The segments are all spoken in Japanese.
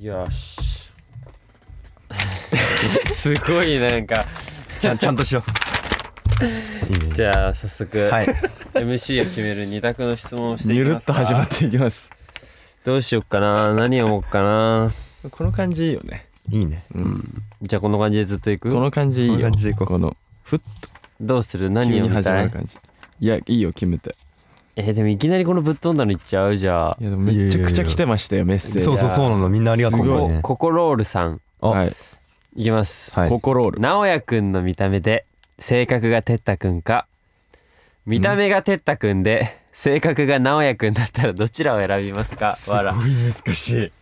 よし すごいなんかち ゃんちゃんとしよう。いいねじゃあ早速、はい。 MC を決める二択の質問をしていゆきるまっすかと始まっていきます。どうしよっかな何を思うかな この感じいいよねいいね。じゃあこの感じでずっといこくの感じいいこんなよ感じでいここのふっどうする急何を見に始またるい感じいやいいよ決めてえーでもいきなりこのぶっ飛んだのいっちゃうじゃあいやでもめちゃくちゃ来てましたよメッセーう。ジそうそうそうなの。みんなありがとうすごいね。ココロールさんあはいいきます、はい。ココロール直哉くんの見た目で性格がてったくんか見た目がてったくんで性格が直哉くんだったらどちらを選びますかすごわいら難しい。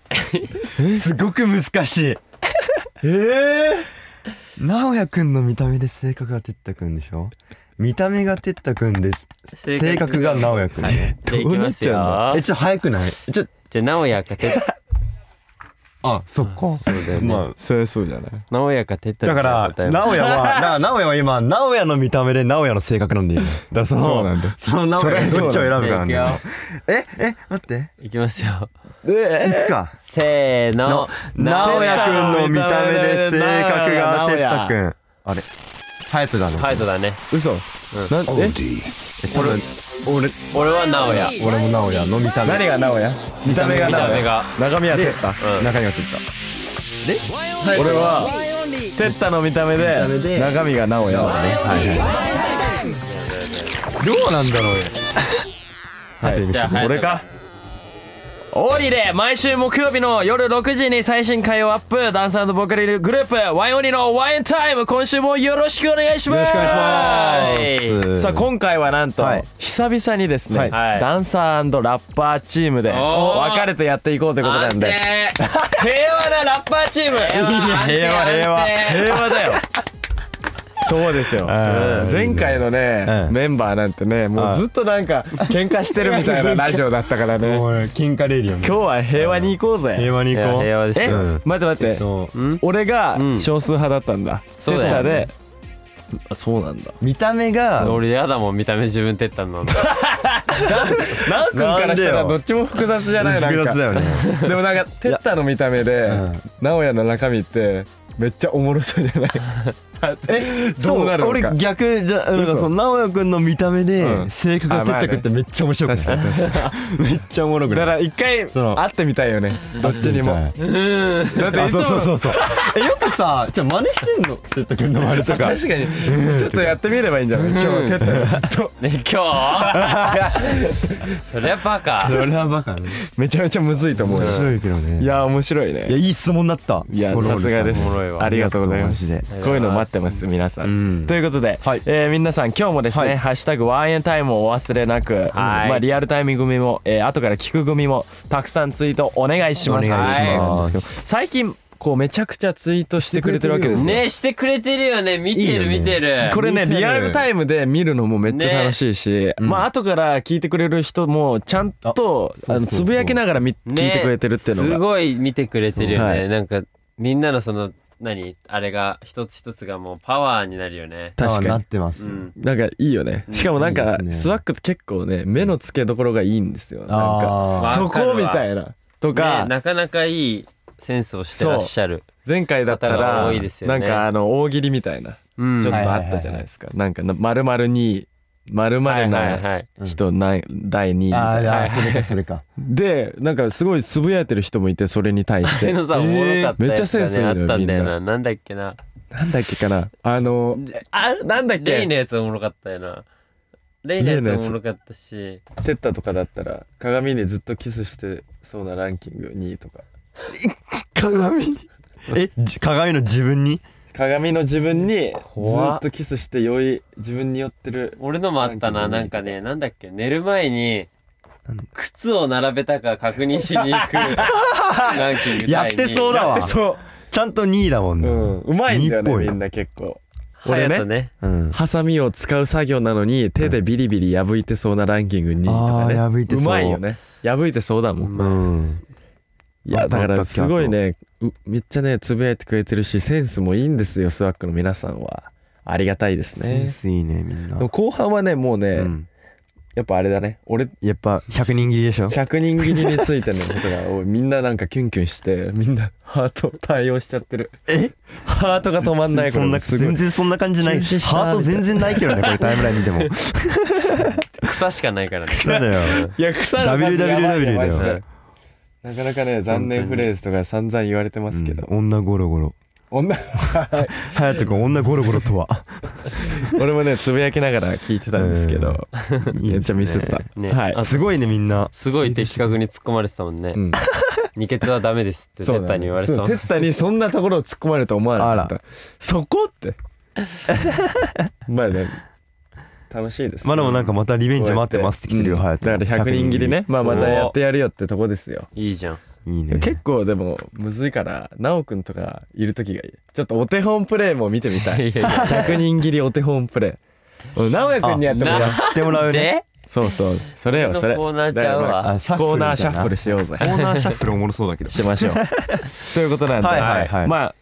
すごく難しい。ええ。直哉くんの見た目で性格がてったくんでしょ。見た目がてったくんです。性格が直哉くん。えじゃあいきますよどうじちょっと早くない？ちょっゃとあ直哉かて ったあそこ。そうだよねまあそりゃそうじゃない直哉かてっただくんかのら答えは直哉はな直哉は今直哉の見た目で直哉の性格なんでいいね。だからそそうなのんだその直哉そどれっちを選ぶかなんだよねじ。ええ待って。いきますよえいくか。せーの直哉くんの見た目で性格がてったく直ん。あれ。ハヤトだね。カイトだね嘘なんえ俺俺俺は直哉俺も直哉の見た目。何が直哉見た目が見た直目哉が中身はてっうたん中身はてっで？た俺俺ははてったの見た目目でで中身が直哉だねどうなんだろうよ。はいじゃあ俺かオーリーで毎週木曜日の夜6時に最新回をアップダンスボーカルグループワインオーリーのワインタイム今週もよろしくお願いしよろましすくお願いします。さあ今回はなんとはい久々にですね、はいダンサーラッパーチームでおー分かれてやっていこうということなんで平和なラッパーチーム平和平和平和だよそうですよ、ん前回のね、うんメンバーなんてねもはいうずっとなんか喧嘩してるみたい なラジオだったからねもう喧嘩レディオね今日は平和に行こうぜ平和に行こう。平和ですえ、ようん待って待って、と俺がん少数派だったんだ、そうだよセッタであそうなんだ見た目が俺やだもん見た目自分てったのナオ君からしたらどっちも複雑じゃないなんか複雑だよね。でもなんかテッタの見た目でうん直哉の中身ってめっちゃおもろそう じゃないえどうなるのか俺逆じゃなんか嘘その直哉くんの見た目うでん性格がてったくんってめっちゃ面白くない、めっちゃおもろくだなかいら一回そう会ってみたいよねどっちにもはいだってあいつそもうそうそうそうえよくさじゃ真似してんのてったくんの周りとか確かにちょっとやってみればいいんじゃない今日テッタがずっとね今 日そりゃバカそれはバカねめちゃめちゃむずいと思う面よ白いけどねいいやや面白いいねやいい質問だったいやゴロゴさロさんすがでおもすろいわありがとうございますありがとこういうの待ってます皆さうんんということではいえー皆さん今日もですはねい「ハッシュタグワンエンタイム」をお忘れなくはいまあリアルタイム組もえー後から聞く組もたくさんツイートお願いしますお願いしますはなんですけど最近こうめちゃくちゃツイートしてくれてるわけですよねしてくれてるよね見てるいいよね見てる これね見てるリアルタイムで見るのもめっちゃ楽しいし、まあ後から聞いてくれる人もちゃんとそうそうそうあのつぶやきながら見聞いてくれてるっていうのが、すごい見てくれてるよね、はいなんかみんなのその何あれが一つ一つがもうパワーになるよねあ確かなっにてます、うんなんかいいよねしかもなんいいでかすねスワックって結構ね目の付けどころがいいんですよなんあかーそこみたいなとねか、なかなかいいセンスをしてらっしゃる前回だった方がら、多いですよなねんかあの大喜利みたいなちょちょっはいとあったじゃないですか、なんかな丸々に丸々なはい人ない第2位みあたいなあーそれかそれかでなんかすごいつぶやいてる人もいてそれに 対しあれてのさ、おもろかったやつがねめっちゃセンスいいのよあったんだよみななんだっけななんだっけかなあのあなんだっけレイのやつおもろかったよなレイのやつおもろかったしテッタとかだったら鏡にずっとキスしてそうなランキング2位とか鏡にえじ鏡の自分に鏡の自分にず怖っっとキスして酔い自分に酔ってる俺のもあったななラんンキかングねなんだっけ寝る前に靴を並べたか確認しに行 くランキングやってそうだわそちゃんと2位だもんう、うね、ん、うまいんだ二位っよねぽいみんな結構俺俺ねねねうんハサミを使う作業なのに手でビリビリ破いてそうなランキング2位とかねあー破いてそうまいよね破いてそうだもん、うんいやだかあったらっけすごいねうめっちゃねつぶやいてくれてるしセンスもいいんですよスワックの皆さんはありがたいですセンねスいいねみんなでも後半はねもうね、うんやっぱあれだね俺やっぱ100人切りでしょ100人切りについてのことが 多いみんななんかキュンキュンしてみんなハート対応しちゃってるえハートが止まんないこそんれなすご全い然そんな感じない休止したハート全然ないけどねこれタイムライン 見ても草しかないからねなんだよいや草の数やばい WWW だよマジでなかなかね残念フレーズとか散々言われてますけど、うん女ゴロゴロ女隼人君女ゴロゴロとは俺もねつぶやきながら聞いてたんですけど、めっちゃミスった、ねはいあすごいねみんなすごい的確に突っ込まれてたもんね うん二血はダメですってそテッうだタねに言われてたもんそうテッタにそんなところを突っ込まれると思わなかったそこって まあね楽しいですね、まあでもなんかまたリベンジ待ってますって来てるようん隼人だから100人切りねまあまたやってやるよってとこですよいいじゃんいいね結構でもむずいから奈くんとかいる時がいいちょっとお手本プレイも見てみたいい やいや100人切りお手本プレイ俺直哉くんにやってもらうやっても らうねでそうそうそれよそれ俺のコーナーちゃうわだからまああシャッフルコーナーシャッフルしようぜコーナーシャッフルおもろそうだけどしましょ う。ということなんで、はいはいはいまあ、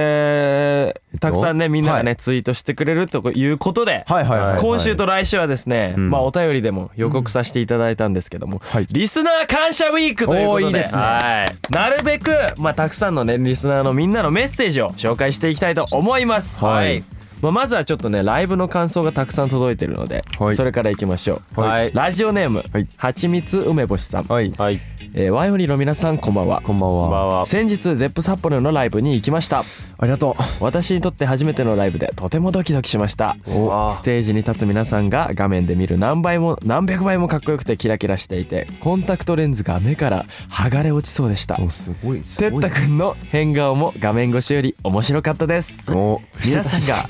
えーえっとたくさんねみんながね、はツイートしてくれるということで、はいはいはいはい今週と来週はですね、うんまあお便りでも予告させていただいたんですけども、はいリスナー感謝ウィークということおでーいいですねはいなるべく、まあ、たくさんのねリスナーのみんなのメッセージを紹介していきたいと思います。はいまあ、まずはちょっとねライブの感想がたくさん届いてるので、はいそれからいきましょう、はいラジオネーム、はいはちみつ梅干しさん、はいはいえーワイオリンの皆さんこんばんはこんばんこんばんはは先日ゼップ札幌のライブに行きましたありがと私にとって初めてのライブでとてもドキドキしましたおステージに立つ皆さんが画面で見る何倍も何百倍もかっこよくてキラキラしていてコンタクトレンズが目から剥がれ落ちそうでしたうおすごいすてっごいたくんの変顔も画面越しより面白かったですお皆さ んが、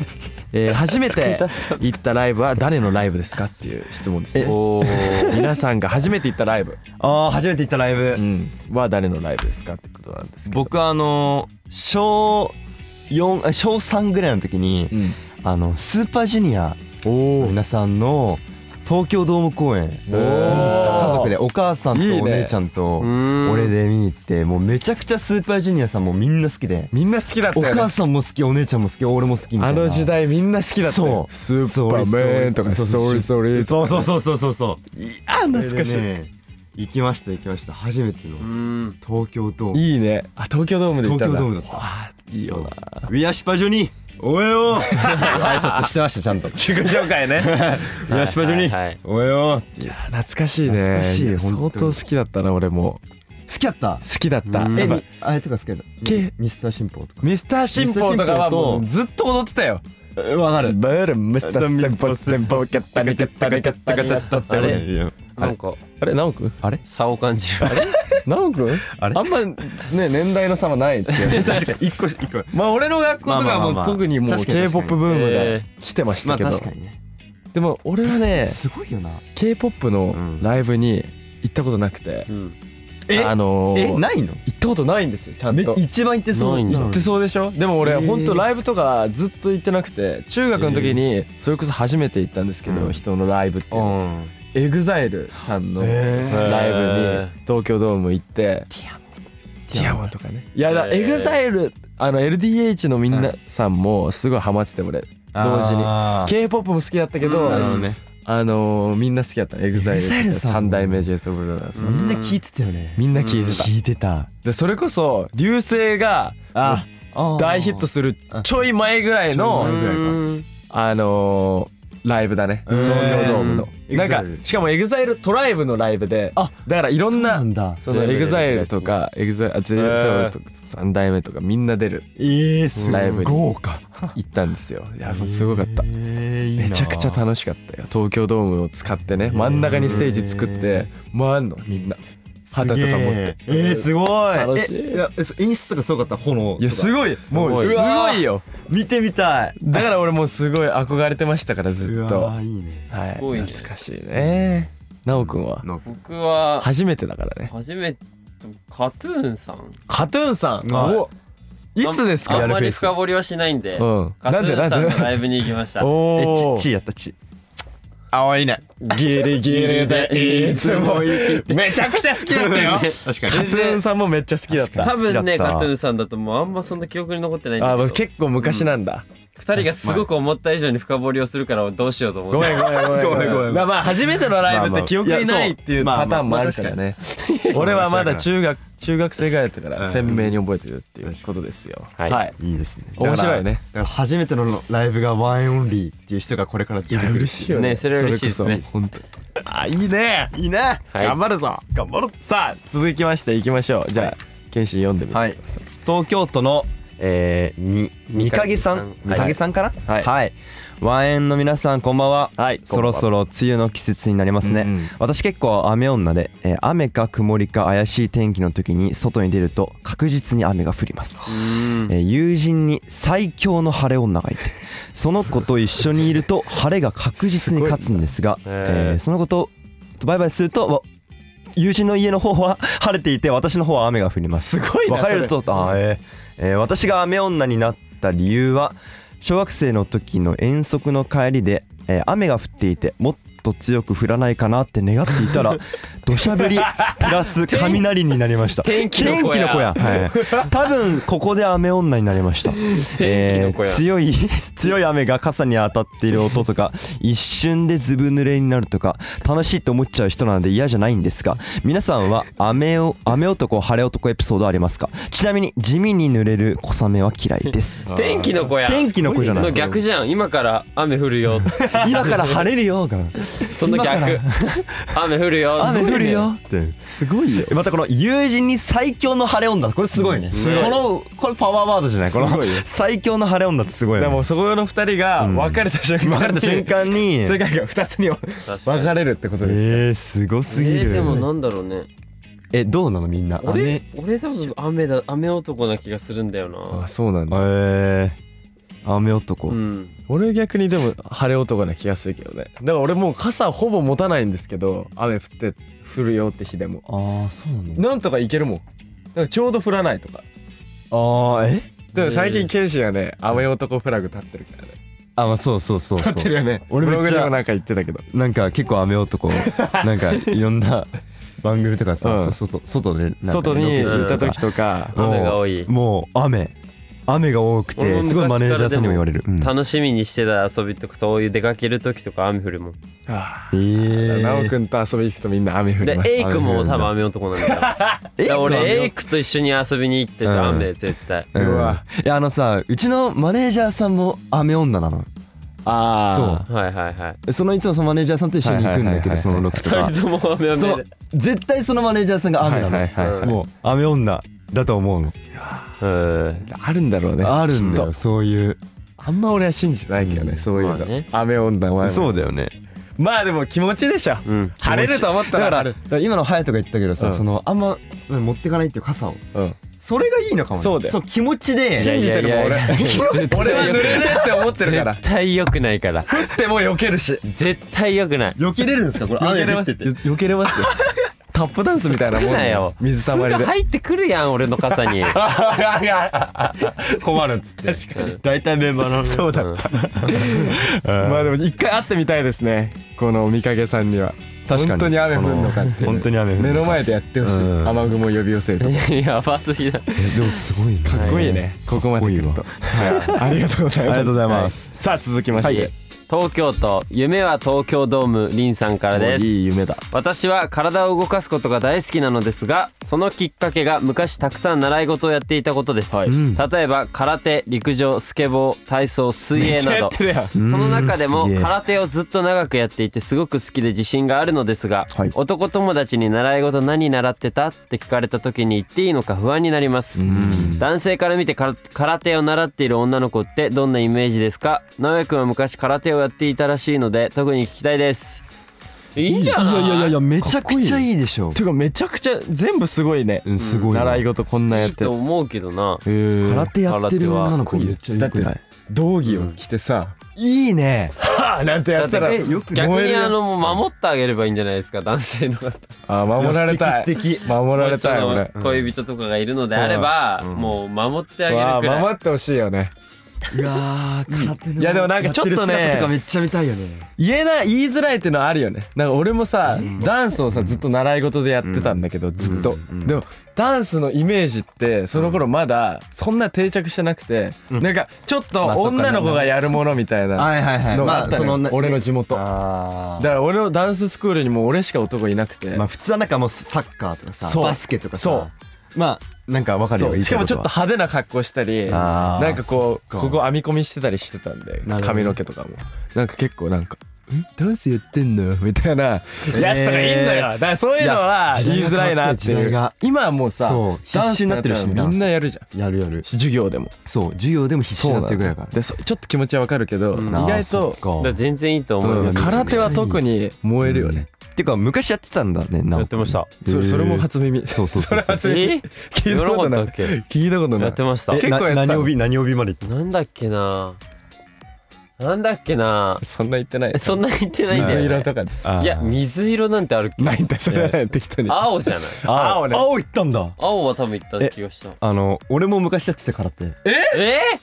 えー初めて行ったライブは誰のライブですかっていう質問ですねおー皆さんが初めて行ったライブ、あー初めて行ったライブうん、は誰のライブですかってことなんですけど、僕あの小4あ小3ぐらいの時にうん、あのスーパージュニアおの皆さんの東京ドーム公演お家族でお母さんいいとねお姉ちゃんとん俺で見に行ってもうめちゃくちゃスーパージュニアさんもみんな好きでみんな好きだったおよ、ね母、さんも好きお姉ちゃんも好き俺も好きみたあいなの時代みんな好きだったよそうスーパーメンとかそうソーリーソーリーそうそうそうそうそうそういや懐かしそれい、でね行きました行きました初めてのうん東京ドームいいねあ東京ドームで行ったん東だ京ドームだったわあいいよな「ウィアシパジョニーおえよ!」挨拶してましたちゃんと「ウ自己紹介ねィアシパジョはニいはいはいーおえよ!」っていう 懐かしいね懐かしい本や当相に当好きだったな俺も好きだった好きだったうんやえっぱみあれとか好きだったけミスター新法とかミスターシンポーとかはもうずっと踊ってたよわかるバールミスターシンポーシンポーキャッタリキャッタリキャッタリキャッタリあれいやなんかあれ直くんあれ差を感じる 直くんあれあんまね年代の差はないっていう確かに一個一個 まあ俺の学校とかはまあまあまもうあ特にもう確かに確か K-POP にブーえムが来てましまたあけど確かにねでも俺はねすごいよな K-POP のうんライブに行ったことなくてうんえあのーえ行っないのたことないんですよちゃんめと一番行ってそうないんだ行ってそうでしょでも俺えーほんとライブとかずっと行ってなくて中学の時にそれこそ初めて行ったんですけうどん人のライブっていうのん EXILE さんのえーライへブに東京ドーム行ってティアモとかねいやだへー EXILE あの LDH のみんなさんもすごいハマってて俺同時にあー K-POP も好きだったけど、なるほどねあのー、みんな好きだったの EXILE EXILE さん三代目 JSOULBROTHERS うんみんな聞いてたよねみんな聞いてた、聞いてたでそれこそ流星があ大ヒットするあちょい前ぐらいちょいの前あのー、ライブだねへー東京ドームの、うんなんか EXILE しかも EXILE トライブのライブであだからいろんなそうだその全部で EXILE とか EXILE とか3代目とかみんな出るえーすライブに豪華行ったんですよやっぱすごかったえーいいなめちゃくちゃ楽しかったよ東京ドームを使ってね真ん中にステージ作って回んのみんな旗とか持ってすげええーすごい楽しいえやえそう演出がすごかった炎いやすいごいもうすごいすごいよ見てみたいだから俺もうすごい憧れてましたからずうっとわはーいいねいすごいね懐かしいねなおくんはの僕は初めてだからね初めてカトゥーンさんカトゥーンさんはいおいつですあんかあんまやるフェりイス深掘りはしないんでうんカトゥーンさんなんでなんのでライブに行きましたおえおちちやったちああいいねギリギリでいつもいいめちゃくちゃ好きだったよ確かカトゥーンさんもめっちゃ好きだっ確た か多分ね好きだったカトゥーンさんだともうあんまそんな記憶に残ってないんあだーけど結構昔なんだ二人がすごく思った以上に深掘りをするからどうしようと思ってん ごめんごめんごめんまあまあ初めてのライブって記憶にないっていうパターンもあるからね 俺はまだ中 学中学生ぐらいだったから鮮明に覚えてるっていうことですよはいはいいいですね面白いねだから初めてのライブがワンオンリーっていう人がこれから出てくるしよねそれは嬉しいですねそれこそ本当あいいねいいねはい頑張るぞ頑張ろうさあ続きましていきましょうじゃあ謙信読んでみてはい東京都のえー、に三影さんはい三影さんかなはいワンエンの皆さんこんばんははいそろそろ梅雨の季節になりますね、うんうん私結構雨女で、えー雨か曇りか怪しい天気の時に外に出ると確実に雨が降ります、うんえー友人に最強の晴れ女がいてその子と一緒にいると晴れが確実に勝つんですがごいなええーーその子とバイバイするとわ友人の家の方は晴れていて私の方は雨が降りますすごいな別れるとあー、えーえー私が雨女になった理由は小学生の時の遠足の帰りで、えー雨が降っていてもっと強く降らないかなって願っていたら土砂降りプラス雷になりました天気の子や天やはい、多分ここで雨女になりま した天気の子やえー強い 強い雨が傘に当たっている音と か一瞬でずぶ濡れになるとか楽しいと思っちゃう人なので嫌じゃないんですが皆さんは雨を雨男晴れ男エピソードありますかちなみに地味に濡れる小雨は嫌いです 天気の子や天気の子じゃなのい逆じゃん今から雨降るよ今から晴れるよがその逆 雨降るよ雨降るよってすごいよまたこの友人に最強の晴れ女これすごいねすごいこのこれパワーワードじゃないこのすごいよ最強の晴れ女ってすごいでよねもそこの二人が別れた瞬間に別れた瞬間に世界が二つに分かれるってことですえー、すごえすぎーるでもなんだろうねえどうなのみんな俺俺多分雨だ雨男な気がするんだよなあそうなんだえー、雨男、うん俺逆にでも晴れ男な気がするけどねだから俺もう傘ほぼ持たないんですけど雨降って降るよって日でもああそうなのなんとかいけるもんだからちょうど降らないとかあーえでも最う近ん謙信はね雨男フラグ立ってるからねあまあそうそうそうそう立ってるよね俺めっちゃブログでもなんか言ってたけどなんか結構雨 男なんかいろんな番組とかさ、うん外外でなんか外にロケす行るっとたか時とかうん雨が多いもう雨雨が多く俺も昔てすごいマネージャーさんにも言われる、うん、楽しみにしてた遊びとかそういう出かける時とか雨降るもんあえーー、奈くんと遊びに行くとみんな雨降りでますエイクも多分雨男なんだよだ から俺エイククと一緒に遊びに行ってうんた雨絶対う、うんわいやあのさうちのマネージャーさんも雨女なのああはいはい はいそのいつもそのマネージャーさんと一緒に行くんだけどはいはいはいはいそのロケとか二人とも雨そ女ので絶対そのマネージャーさんが雨なの、はいはいはいはいもう雨女だと思うの、うんあるんだろうねあるんだきっよそういうとあんま俺は信じてないけどねそういうまあのね雨女はそうだよねまあでも気持ちでしょうん晴れると思っただからら晴だから今のハヤトが言ったけどさ、うんそのあんま持ってかないっていう傘をれうんそれがいいのかもねそうだよ気持ちで信じてるもん 俺いやいやいや絶対俺は濡れねえって思ってるから絶対良くない からでも避けるし絶対良くない避けれるんですかこれ避け雨れ降まっすてよて避けれますよタップダンスみたいなもんすなよ水たまりすでぐ入ってくるやん俺の傘 に 困るっつって確かに大体メンバーのそうだったまあでも一回会ってみたいですねこの三影さんには確か本当に雨降るのかっていう本当に雨降る目の前でやってほしいうん雨雲を呼び寄せるとかやばすぎだえでもすごいねかっこいいねここまで来るとはいありがとうございありますがとうございますはいさあ続きまして東京都夢は東京ドームリンさんからですいい夢だ私は体を動かすことが大好きなのですがそのきっかけが昔たくさん習い事をやっていたことです、はいうん例えば空手陸上スケボー体操水め泳っちゃなやっどてるやんその中でもうんすげえ空手をずっと長くやっていてすごく好きで自信があるのですが、はい男友達に習い事何習ってたって聞かれた時に言っていいのか不安になります男性から見てから空手を習っている女の子ってどんなイメージですか直哉くんは昔空手をやっていたらしいので特に聞きたいですいいんじゃないいやいやいやめちゃくちゃいいでしょてかめちゃくちゃ全部すごいねうんすごいね習い事こんなやいっいとてる思うけどなへー空手やってる女の子めっちゃよくだなっいて道着を着てさいいねはあ なんてやったらえよく逆燃えるによあのもう守ってあげればいいんじゃないですか男性 の方あ守られたいいや素敵素敵守られたいもし俺その恋人とかがいるのであればもう守ってあげるわあくらい守ってほしいよねいやー空手のいやでもなんかちょっとねやてる姿とかめっちゃ見たいよね言えない言いづらいっていうのはあるよねなんか俺もさダンスをさずっと習い事でやってたんだけどずっとでもダンスのイメージってその頃まだそんな定着してなくてなんかちょっとまあそっか女の子がやるものみたいなはいはいはいのがまあっあたそのよの俺の地元だかあーら俺のダンススクールにも俺しか男いなくてまあ普通はなんかもうサッカーとかさそうバスケとかさそまあなんかわかるそようしかもちょっと言いたい派手な格好したりことはあーなんかこうそっここ編み込みしてたりしてたんでほどね髪の毛とかもなんか結構なんか「んダンスやってんの?」みたいなやつとかいんのよ、だからそういうのはいや言いづらいなって時い代うが今はもうさそうダン必ス死になってるしやたらみんなやるじゃんやるやる授業でもそう授業でも必死になってるぐらいだだかでそちょっと気持ちはわかるけど、うん意ら外そっ、かとだから全然いいと思いうんます、めちゃ空めちゃいい手は特に燃えるよね、ていうか昔やってたんだねなおやってましたそれそれ も初初耳そうそうそうそうれ初え耳聞いやたらなかことなっいたっけ聞いたことなやいってましたえ結構やってなたの何帯何帯まで行っなんだっけななんだっけ なそんな言ってないえそんな言ってないんだ水よ、色ね、とかたいや水色なんてあるっけないんだそれは適当に青じゃない青ね青行ったんだ青は多分いった気がしたあの俺も昔やってた空手え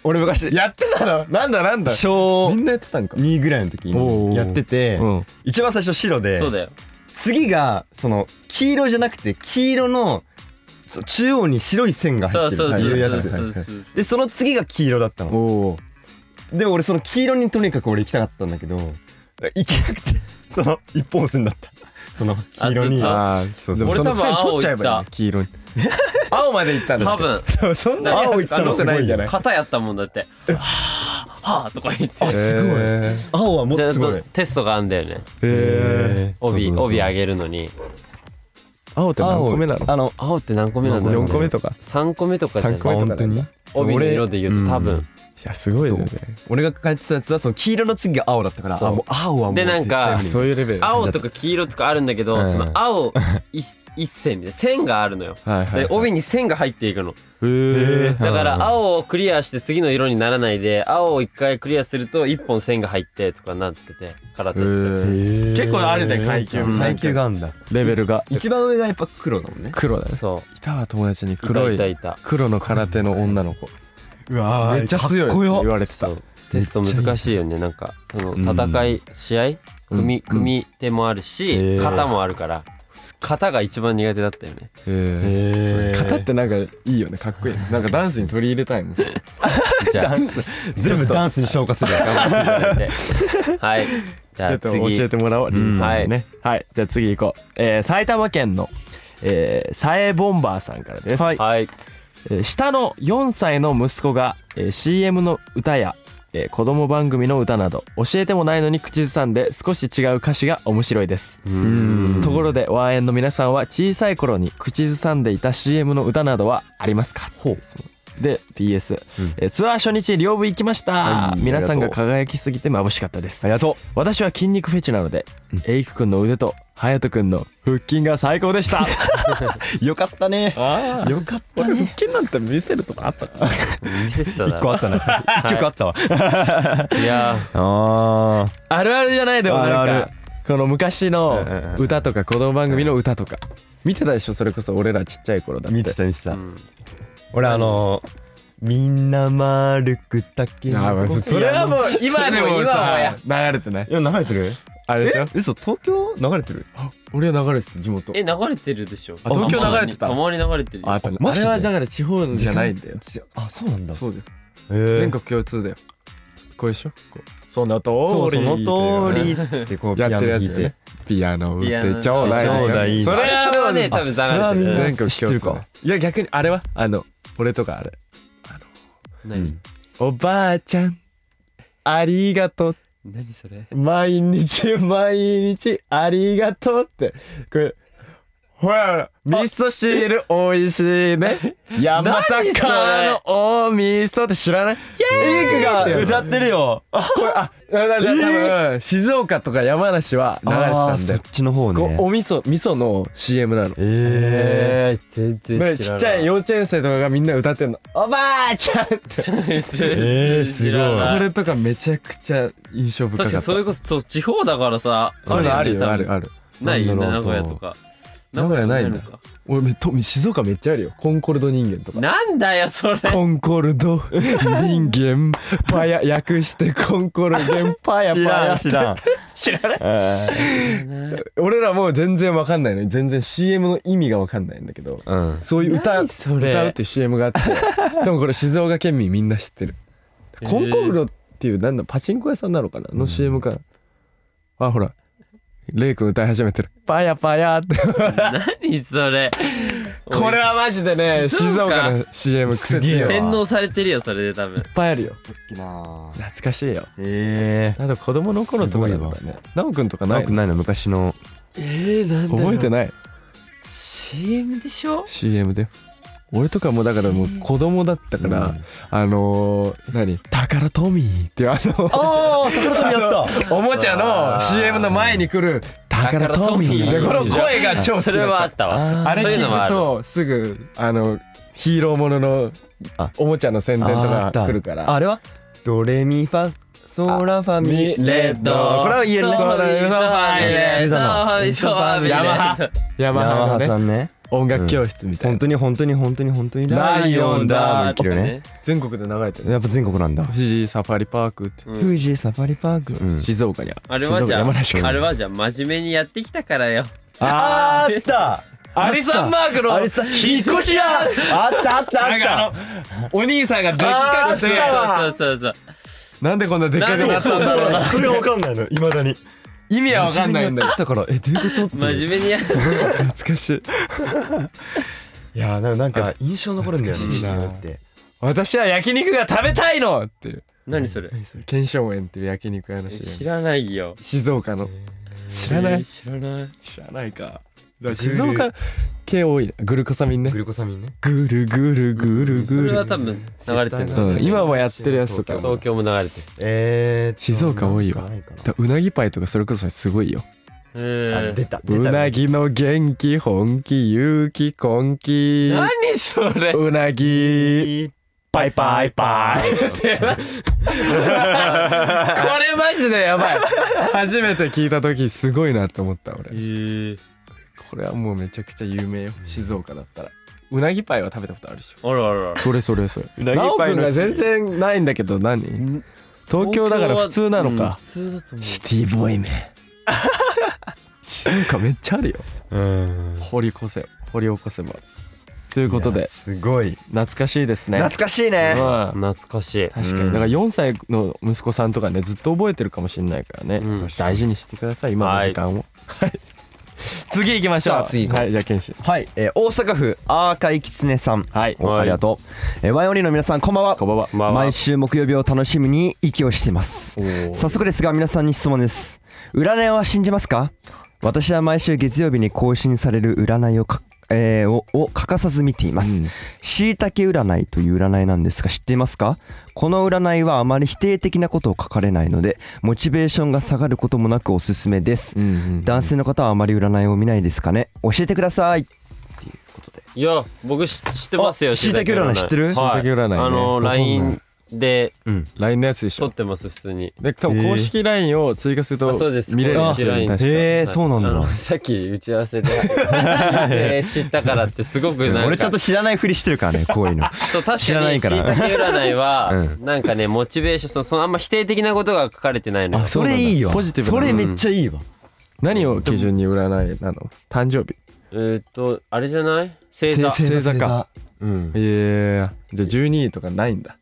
俺昔やってたのなんだなんだ小みんなやってたんか2ぐらいの時おうおうにやっててうん一番最初白ー、でそうだよ次がその黄色じゃなくて黄色のそう中央に白い線がそ入っうてそるうってそいううやそうつそうそうでその次が黄色だったのおで俺その黄色にとにかく俺行きたかったんだけど行けなくて その一本線だったその黄色にあずっとそあうでそうも俺多その分線取っちゃえばいい青ね黄色に青まで行ったんだ多分分そんな青行ってたのすごいよんじゃない型やったもんだって「はあ」はあとか言ってあすごいえ青はもっちゃとんすごいとテストがあんだよねえ帯帯上げげるのに青って何個目なのあの青って何個目なんだろう、 4ね、個目とかい3個目とかじゃな三い個目本当に帯の色で言うと多分やすごいよね俺が帰ってたやつはその黄色の次が青だったからそうあもう青はもうでなんか絶対無理そういうレベル青とか黄色とかあるんだけど、うんその青一一線みたいな線があるのよはいはいではい帯に線が入っていくのへえだかうんら青をクリアして次の色にならないで青を一回クリアすると一本線が入ってとかなってて空手ってへー結構あるね階級うん階級があんだレベルが一番上がやっぱ黒だもんね黒だねそいたわ友達うにいた黒いたいいた黒の空手の女の子うわーめっちゃか強いっってこよ言われてそたうテスト難しいよねなんかそのん戦い試合組組手もあるへしー型もあるから型が一番苦手だったよねへへえー型ってなんかいいよねかっこいいねなんかダンスに取り入れたいもんじ ゃあ全部ダンスに消化する頑張っていただいてはいじゃちょあっと教次えてもらおう、リンさんにね。はい、じゃあ次行こう。えー埼玉県の、えー、サエボンバーさんからです。はいえー下の4歳の息子が、えー CM の歌や、えー子供番組の歌など教えてもないのに口ずさんで少し違う歌詞が面白いですところでワンエンの皆さんは小さい頃に口ずさんでいた CM の歌などはありますかで PS、えーツアー初日両部行きました、はい皆さんあがりがと輝きすぎて眩しかったですありがと私は筋肉フェチなので、エイクくんの腕とハヤトくんの腹筋が最高でした うよかったねあよかっあ腹筋なんて見せるとかあったか 見せてたた一個なあったな 一曲あったわいやあ あるあるじゃないでもなんかあるあるこの昔のうんうんうん歌とか子供番組の歌とか見てたでしょそれこそ俺らちっちゃい頃ーだって見てた見てたん俺あのーみんな丸く竹あのー子それはもう今でそもれも今はさや流れてないいや流れてるあれでしょえ嘘東京流れてる俺は流れてた地元え流れてるでしょあ東京流れてたたまに流れてるよあやっぱマあジれではだから地方のじゃないんだよ時間あそうなんだそうだよへー全国共通だよこうでしょこうその通りそうその通りってこうピやアっノてるやつ弾いだよてねピアノピアノ打ってちょうだいでしょちょうだいそれあはでれもはね多分あそれは流みんれてなる全国知って共る通だかいや逆にあれはあの俺とかあれ何おばあちゃんありがとう何それ毎日毎日ありがとうってこれほらほら味噌汁美味しい ね山高のお味噌って知らないエイクが歌ってるよあこれあだだだ多分静岡とか山梨は流れてたーんそだっよちの方こねうお味噌味噌の CM なのええー全然知らなでいちっちゃい幼稚園生とかがみんな歌ってんのおばあちゃんってえーすごいここれれとかめちゃくちゃ印象深かっ確かたにそれこそそう地方だからさそういうのあるよ多分あるあるないなんだろう名古屋とか名古屋ないんだ名古屋か俺めっと静岡めっちゃあるよコンコルド人間とかなんだよそれコンコルド人間パヤ訳してコンコルゲンパヤパ知らん知らんヤ知らない俺らもう全然わかんないのに全然 CM の意味がわかんないんだけどうんそういう歌何それ歌うっていう CM があってでもこれ静岡県民みんな知ってるへーコンコルドっていうなんだパチンコ屋さんなのかなの CM かあほらレイ君歌い始めてるパヤパヤって何それこれはマジでね静静岡岡の CM 癖すげえ強いわいっ洗脳されてるよそれで多分ぱいあるよな懐かしいよええなんか子供の頃とかだからすね奈くんとかー、なないくないの昔のえー、なんだ覚えていない CM でしょ CM で俺とかもだからもう子供だったから、うんあのー、何宝トミーっていうあのああ宝富やったおもちゃあのー CM の前に来る宝トミー宝トミーでこの声が超好きそれだっはあたったわあれそういう聞のもあくるとすぐあのヒーローもののあおもちゃの宣伝とああかった来るからあれはドレミファソーラファミレッドこれは言えるねソうだねファミレ普通だなソファミレソファミレヤマハヤヤママハのハさねんね音楽教室みたい本な当に本当に本当に本当にライオンだもいけるね全国で流れてるやっぱ全国なんだ富士サファリパークってうん富士サファリパークうん静岡にああれはじ静岡ゃ山梨あかあれはじゃあ真面目にやってきたからよあーあったアリサンマークのあれさ引っ越しやあったあったあなんっかあたのお兄さんがでっかくそうてそうそうそうなんでこんなでっかくなったそんだうろうなそれがわかんないのいまだに意味いはわかんないんだよ来たからえどういうことって真面目にやって懐かしいいやーなんか印象残るんだよね懐かしいな CM って私は焼肉が食べたいのっていう何それ賢章園っていう焼肉屋の知 CM らないよ静岡の知らなえーい知らない知らないかから静岡系多いなグルコサミンねグルコサミンねぐるぐるぐるそぐれるは多分流れてる絶の対うん今もやってるやつとか東京も流れてるえーっと静岡多いわなんかないかなだうなぎパイとかそれこそすごいよあえー出た出うたなぎの元気本気勇気根気何それうなぎパイパイパイこれマジでやばい初めて聞いた時すごいなって思った俺これはもうめちゃくちゃ有名よ静岡だったらうなぎパイは食べたことあるでしょあらあらあらそれそれそれうなぎなおパくイんのが全然ないんだけど何東京だから普通なのうんか普通だと思うシティボーイめ静岡めっちゃあるようん掘り起こせ掘り起こせばということいやですごい懐かしいですね懐かしいねうん懐かしい確かに、うんだから4歳の息子さんとかねずっと覚えてるかもしれないからね、うん大事にしてください今の時間を、はい次行きましょうさあ次行こうはいじゃあ剣士はい、えー大阪府アーカイキツネさんはいおありがとう、えーワイオリンの皆さんこんばんはこんばんはまあまあ毎週木曜日を楽しみに息をしています早速ですが皆さんに質問です占いは信じますか私は毎週月曜日に更新される占いをかえーをを欠かさず見ています、うんしいたけ占いという占いなんですが知っていますかこの占いはあまり否定的なことを書かれないのでモチベーションが下がることもなくおすすめです、うんうん男性の方はあまり占いを見ないですかね教えてくださいっていうことでいや僕し知ってますよあ椎茸占い知ってるはい椎茸占いねあのわかんない LINE で LINE のやつでし撮ょってます普通にで多分公式 LINE を追加するとあそうです見れるんですよ公式 LINE ね確かへえそうなんあだのさっき打ち合わせでえー知ったからってすごくなんか俺ちゃんと知らないふりしてるからねこういうのそう確知らかなにいしいたからけ占い は、うなんかねモチベーションそのそのあんま否定的なことが書かれてないのよあ そうなんだポジティブなちゃいいわ何を基準に占いなの誕生日えーっとあれじゃない星座星座かうんええじゃあ12位とかないんだ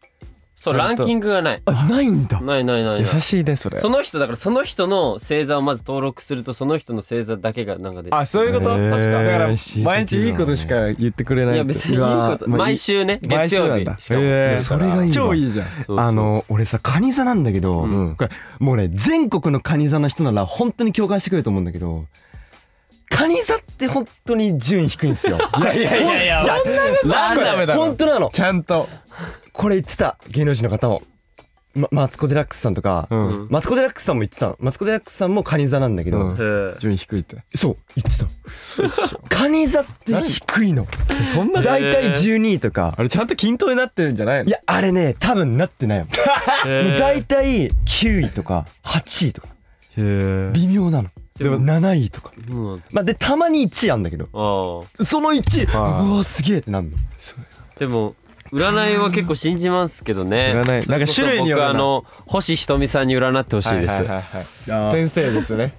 そうちゃラんンとキングがないあないんだないないない優ないしいねそれその人だからその人の星座をまず登録するとその人の星座だけがなんか出てあそういうことへー確かだから毎日いいことし椎茸か言ってくれないいや別にいいことうわ毎週ね月曜日毎週なんだしかもへーだからそれがいいわ超いいじゃんそうそうあの俺さカニ座なんだけど、うんこれもうね全国のカニ座の人なら本当に共感してくれると思うんだけどカニ座って本当に順位低いんですよいやいやいやいやランダムだろ本当なのちゃんとこれ言ってた芸能人の方も、ま、マツコ・デラックスさんとか、うんマツコ・デラックスさんも言ってたのマツコ・デラックスさんもカニ座なんだけど、うんうん順位低いってそう言ってたカニ座って低いのそんな大体12位とかあれちゃんと均等になってるんじゃないのいやあれね多分なってないもんへー大体9位とか8位とか微妙なのでも7位とかうんあまあでたまに1位あんだけどあその1位はいうわすげえってなんのでも占いは結構信じますけどね占いなんそれこかそ種類によるな僕あの星ひとみさんに占ってほしいです、はいはいはいあ天性です ね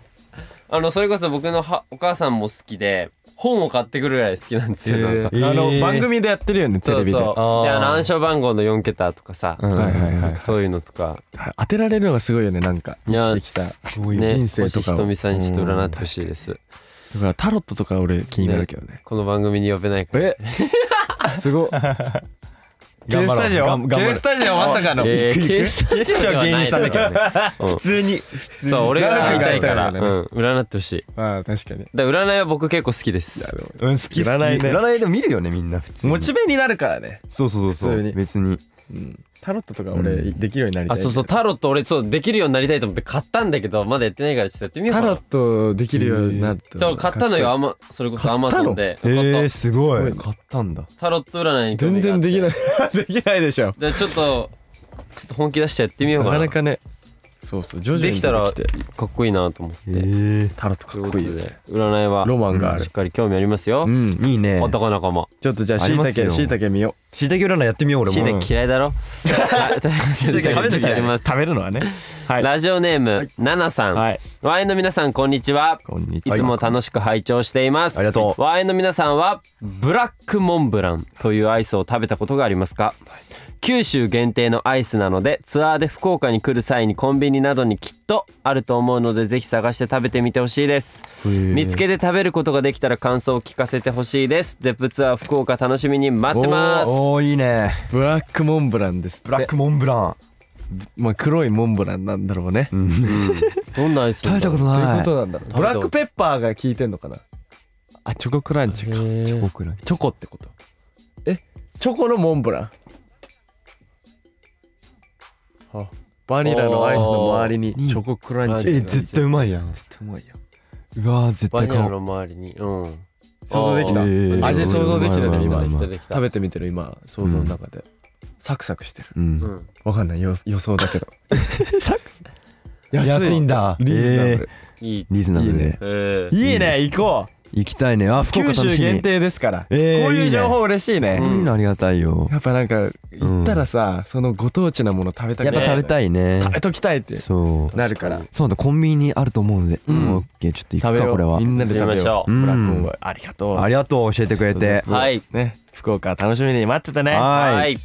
あのそれこそ僕のはお母さんも好きで本を買ってくるぐらい好きなんですよ、なんかえーあの番組でやってるよねそテレうビそでうあーであの暗証番号の4桁とかさ、うんはいはいはないんかそういうのとか当てられるのがすごいよねなんかいやしてきたこういうね人生星とかひをとみさんにちょっと占ってほしいですだからタロットとか俺気になるけどねこの番組に呼べないからえす ごっ頑張ろうがん頑張るタジオまさかのえー、ケースタジオではない芸人さんだけどねうん普通に普通にそう俺が占占いいたたいいかからら、うん、占ってほしいああ確かにだから占いは僕結構好きですうん好き好き占占いいねでも見るよねみんな普通にモチベになるからねそうそうそうそ普通うに別にタロットとか俺うできるようになりたあいそうそうタロット俺そうできるようになりたいと思って買ったんだけどまだやってないからちょっとやってみようタかロなットできるようになったそう買ったのよあまそれこそアマゾンでえ買ーったすごすごいいね買ったんだタロット占いに興全味があ然ってできない できないでしょでちょっとちょっと本気出してやってみようなかかななかねそうそう徐々でにきたら出てきてかっこいいなと思って、えータロットかといっうここいいとよねで占いはロマンがあるしっかり興味ありますよ、うんいいね男仲間ちょっとじゃああしりいまたすけよしいたけ見よしいたけ占いやってみよう俺しいもたけ嫌いだ ろはい ということでうじゃあ次やります食べるのはねはいラジオネームナナさん、はいワインの皆さんこんにちはこんにちいはつも楽しく拝聴しています。ありがとうワインの皆さんはブラックモンブランというアイスを食べたことがありますか？九州限定のアイスなのでツアーで福岡に来る際にコンビニなどにきっとあると思うのでぜひ探して食べてみてほしいです見つけて食べることができたら感想を聞かせてほしいですゼップツアー福岡楽しみに待ってますおーいいねブラックモンブランですってブラックモンブランまあ黒いモンブランなんだろうねどういうどんなアイスなんだろうとことなんだろうたブラックペッパーが効いてんのかなあチョコクランチかへーチョコクランチチョコってことえチョコのモンブランあバニラのアイスの周りにチョコクランチとえない絶対うまいやん絶対うまいようわー絶バ対ニラ買のおう周りにうん想像できたあーえー味想像できたうまねいうま今いうまいできたできた食べてみてる今想像の中でサクサクしてるうんうんわかんないよ予想だけど安いんだリーズナブルいいえーリーズナブルいいでねえーいいね行こう行きたいねあ福岡楽九しみ州限定ですから、えーこういういねい情報嬉しいねうんいいのありがたいよやっぱなんか行ったらさ、そのご当地なもの食べたくやっなぱい食べたいね食べときたいってそうなるから確そうだコンビニあると思うのでうんオッケーちょっと行食くべよかうこれはみんなで食行べようきましょうブラックうんモンブランありがとうありがとう教えてくれてはいね福岡楽しみに待っててねはいはい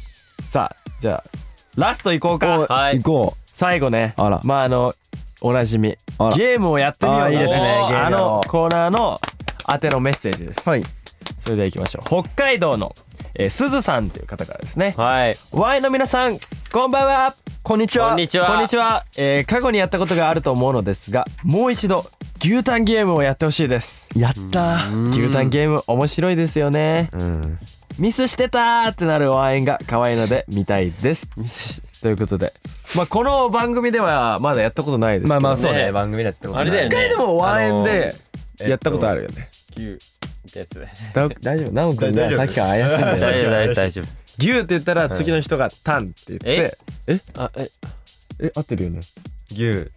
さあじゃあラスト行こうかはい行こ最後ねあらまああのおなじみあらゲームをやってみようあーいいですねおーゲームあやろうのコーナーの宛てのメッセージですうはいそれでは行きましょう北海道のえーすずさんという方からですねはいワイの皆さんこんばんはこんにちこはんにちはこんにちは、えー過去にやったことがあると思うのですがもう一度牛タンゲームをやってほしいですやったー牛タンゲーム面白いですよねうんミスしてたーってなるワインが可愛いので見たいですミスしということでまあこの番組ではまだやったことないですけどまあまあそうねね番組だってことあれだよ一回ねでもワインあのでやったことあるよね、牛ってやつねだ大丈夫直君大丈ね夫さっきから怪しいんだよ大丈夫大ね 丈夫大丈夫牛って言ったら次の人がタンって言ってえあええ合ってるよね牛牛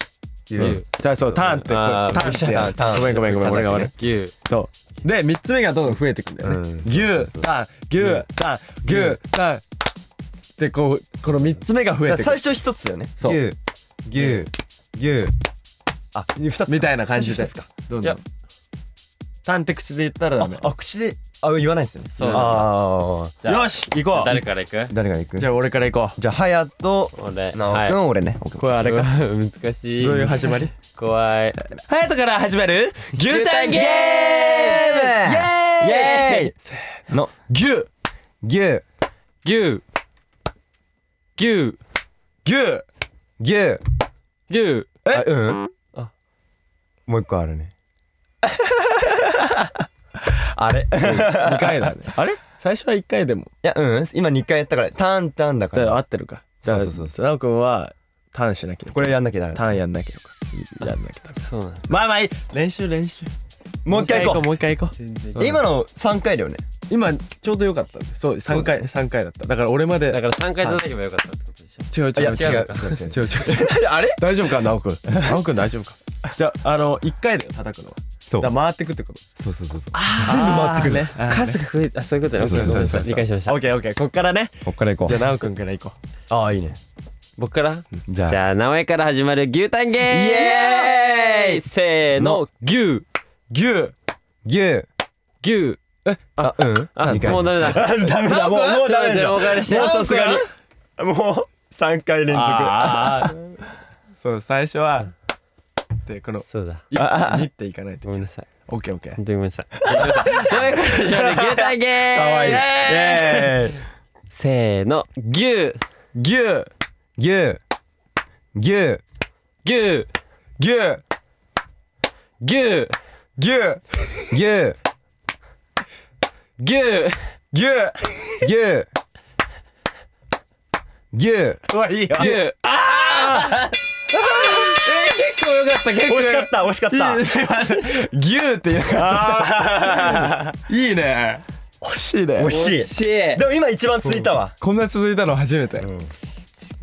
じゃあそうタンってこうあータンってやつタンごめんごめんごめん俺が悪い牛そうで3つ目がどんどん増えていくんだよね、うん牛タン牛タン牛タンでこうこの3つ目が増えていく最初一つだよねそう牛牛牛あ二つかみたいな感じで二つかどんいどやんタンって口で言ったらダメあ口であ言わないですよねそうああじゃあよし行こう誰から行く誰が行くじゃあ俺から行こじゃあハヤと俺直くはん俺ねうこれあいれかうわ難しいどういう始まり怖い隼人から始まる牛タンゲームイイエーイエーイの牛牛牛牛牛牛牛あうんあもう一個あるね あ れ2回だね あれ最初は1回でもいやうん今2回やったからターンターンだかだから合らってるかそうそうだからそう直君はタンしなきゃこれやんなきゃダメタンやんなきゃとかやんなきゃそうなのまあまあいい練習練習もう一回行こうもう一回行こう全然え今の3回だよね今ちょうどよかったんでそう3回三回だっただから俺までだから三回叩けばよかったってことでしょ違う違ういや違う 違う違う違う違う違う違うあれ大丈夫か直くん直くん大丈夫かじゃああの1回だよ叩くのはそうだから回ってくってことそうそうそうそう全部回ってくるあーね数が増えた、そういうことね。そうそうそうそうごめんなさい理解しましオたッ。ケーオッケーこっからねこっから行こじうゃあ奈くんからいこああいいね僕からじゃじあゃあ、名古屋から始まる牛タンゲームイエーイせーの、牛、牛、牛牛。あうんあ、二回もうダメだ。あダメだもうもうダメでしょちょっと待ってもうダメでしょもうさすがにもう3回連う続ああ そう最初はでこのそうだ。 12っていかないとごめんなさい。オッケーオッケー本当にごめんなさい。名古屋から始まる牛タンゲームかわいいイエせーの、牛、牛ーイ牛牛牛、牛牛、牛牛牛。牛牛牛うわいいよ牛。ああ。えー結構良かった結構惜良しかかっった惜しかった牛って言ういいね惜しいね惜た。惜ししいいでも今一番ついたわこんな続いたの初めて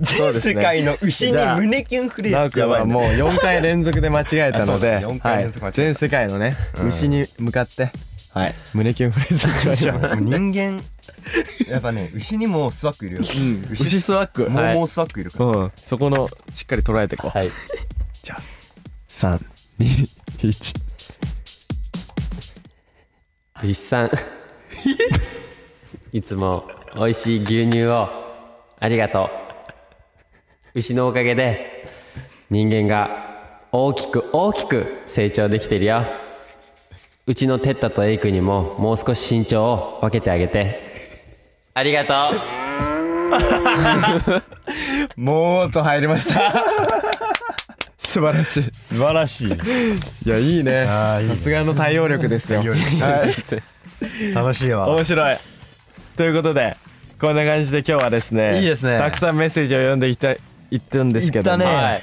全世界の牛に胸キュンフレなおーズくんやばはいねもう4回連続で間違えたのあでそう四は回連い続間違えた全世界のね牛に向かってはい胸キュンフレーズいきましょう人間やっぱね牛にもスワックいるよ牛スワックもうはいもうスワックいるからうんそこのしっかり捉えていこうはい321牛さん いつも美味しい牛乳をありがとう牛のおかげで人間が大きく大きく成長できてるようちのテッタとエイクにももう少し身長を分けてあげてありがとうもうと入りました素晴らしい素晴らしいいやいいねああいいねさすがの対応力ですよ対応力はい楽しいわ面白いということでこんな感じで今日はですねいいですねたくさんメッセージを読んでいったいったんですけどもいったねはい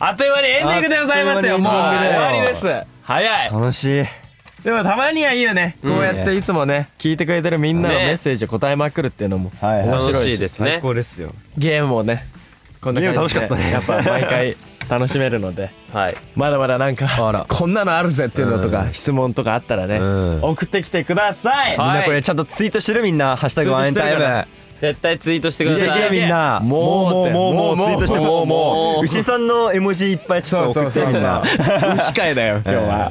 あっという間にエンディングでございますよもうあっという間にエンディングだ終よわりです早い楽しいでもたまにはいいよねこうやっていつもね聞いてくれてるみんなのねメッセージを答えまくるっていうのもはいはい面白楽いしいしです最ね高ですよゲームもねこんなゲ感じーム楽しかったでねやっぱ毎回楽しめるのではいまだまだなんかこんなのあるぜっていうのとか質問とかあったらねうん送ってきてくださいみんはないこれちゃんとツイートしてるみんな「ハッシュタグワインタイム」絶対ツイートしてくツイーだトさしいてるみんなももううもうもうもうツイートしてもうもうもう牛さんの絵文字いっぱいちょっと送ってみんな牛飼いだよ今日は、は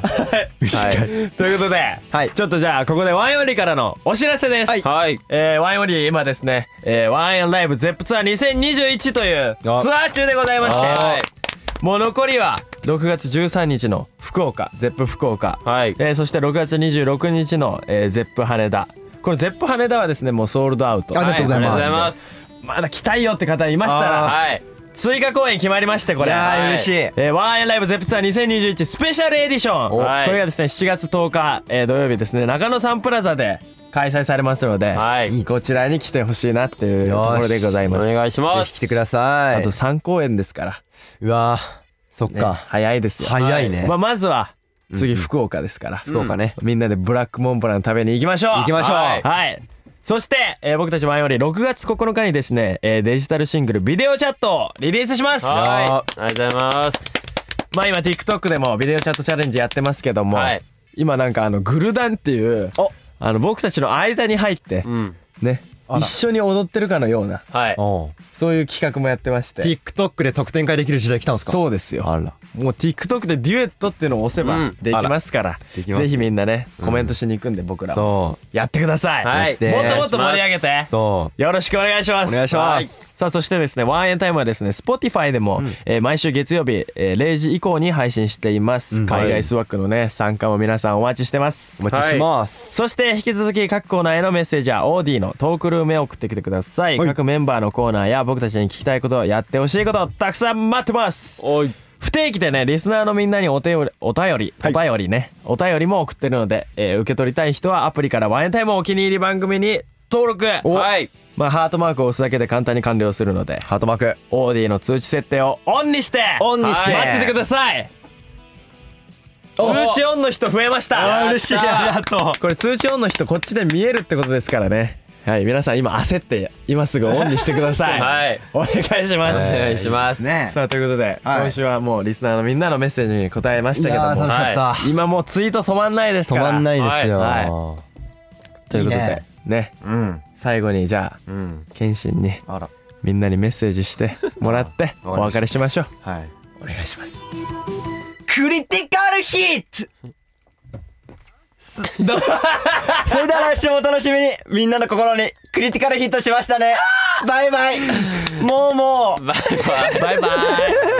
い、ということで、はいちょっとじゃあここでワンオンリーからのお知らせです、はいえーワンオンリー今ですね、えーワンオンライブゼップツアー2021というツアー中でございまして、はいもう残りは6月13日の福岡ゼップ福岡、はいえーそして6月26日の、えーゼップ羽田このゼップ羽田はですねもうソールドアウトありがとうございますはありがとうございますまだ来たいよって方いましたらはい追加公演決まりましていこれやはーい嬉しいえー、ワンエンライブゼップツアー2021スペシャルエディションこはいれがですね7月10日、えー土曜日ですね中野サンプラザで開催されますので、はいこちらに来てほしいなっていうところでございおます願いします来てくださあいと3公演ですから、うわーそっねか早いですよ、早いねまあ、まずは次福岡ですから、福岡ねみんなでブラックモンブラン食べに行きましょう行きましょうはい、はいそして、えー僕たち前より6月9日にですね、えーデジタルシングル「ビデオチャット」をリリースしますはいありがとうございますまあ今 TikTok でもビデオチャットチャレンジやってますけども、はい今なんかあのグルダンっていうおあの僕たちの間に入ってうんね、一緒に踊ってるかのようなはいおうそういう企画もやってまして TikTok で特典会できる時代来たんですかそうですよあらもう TikTok でデュエットっていうのを押せうばんできますから,、できますぜひみんなねコメントしに行くんで僕らそもやってください、はいやもってっともっと盛り上げてうそよろしくお願いします。お願いしますはさあそしてですね、ワンエンタイムはですね、Spotify でも、えー毎週月曜日、えー0時以降に配信しています。海外スワックのね参加も皆さんお待ちしてます。うお待ちしますそして引き続き各コーナーへのメッセージは OD のトークルームへ送ってきてください、はい各メンバーのコーナーや僕たちに聞きたいことやってほしいことたくさん待ってますおい不定期でねリスナーのみんなにお手よりお便りお便りね、お便りも送ってるので、えー受け取りたい人はアプリからワンエンタイムお気に入り番組に登録はいまあ、ハートマークを押すだけで簡単に完了するのでハートマークオーディの通知設定をオンにしてオンにしてはい待っててください通知オンの人増えましたあー嬉しいありがとこれ通知オンの人こっちで見えるってことですからねはい皆さん今焦って今すぐオンにしてください、はいお願いします、お願いします、ねさあということで、はい今週はもうリスナーのみんなのメッセージに答えましいたけやどーも楽しかった今もうツイート止まんないです止からまんないですよ、はいといういいことでねねうん最後にじゃあうん謙信にあらみんなにメッセージ してもらってあお別れしましょうはいお願いしますクリティカルヒット それでは来週もお楽しみにみんなの心にクリティカルヒットしましたねバイバイもうもうバイバイバイバイ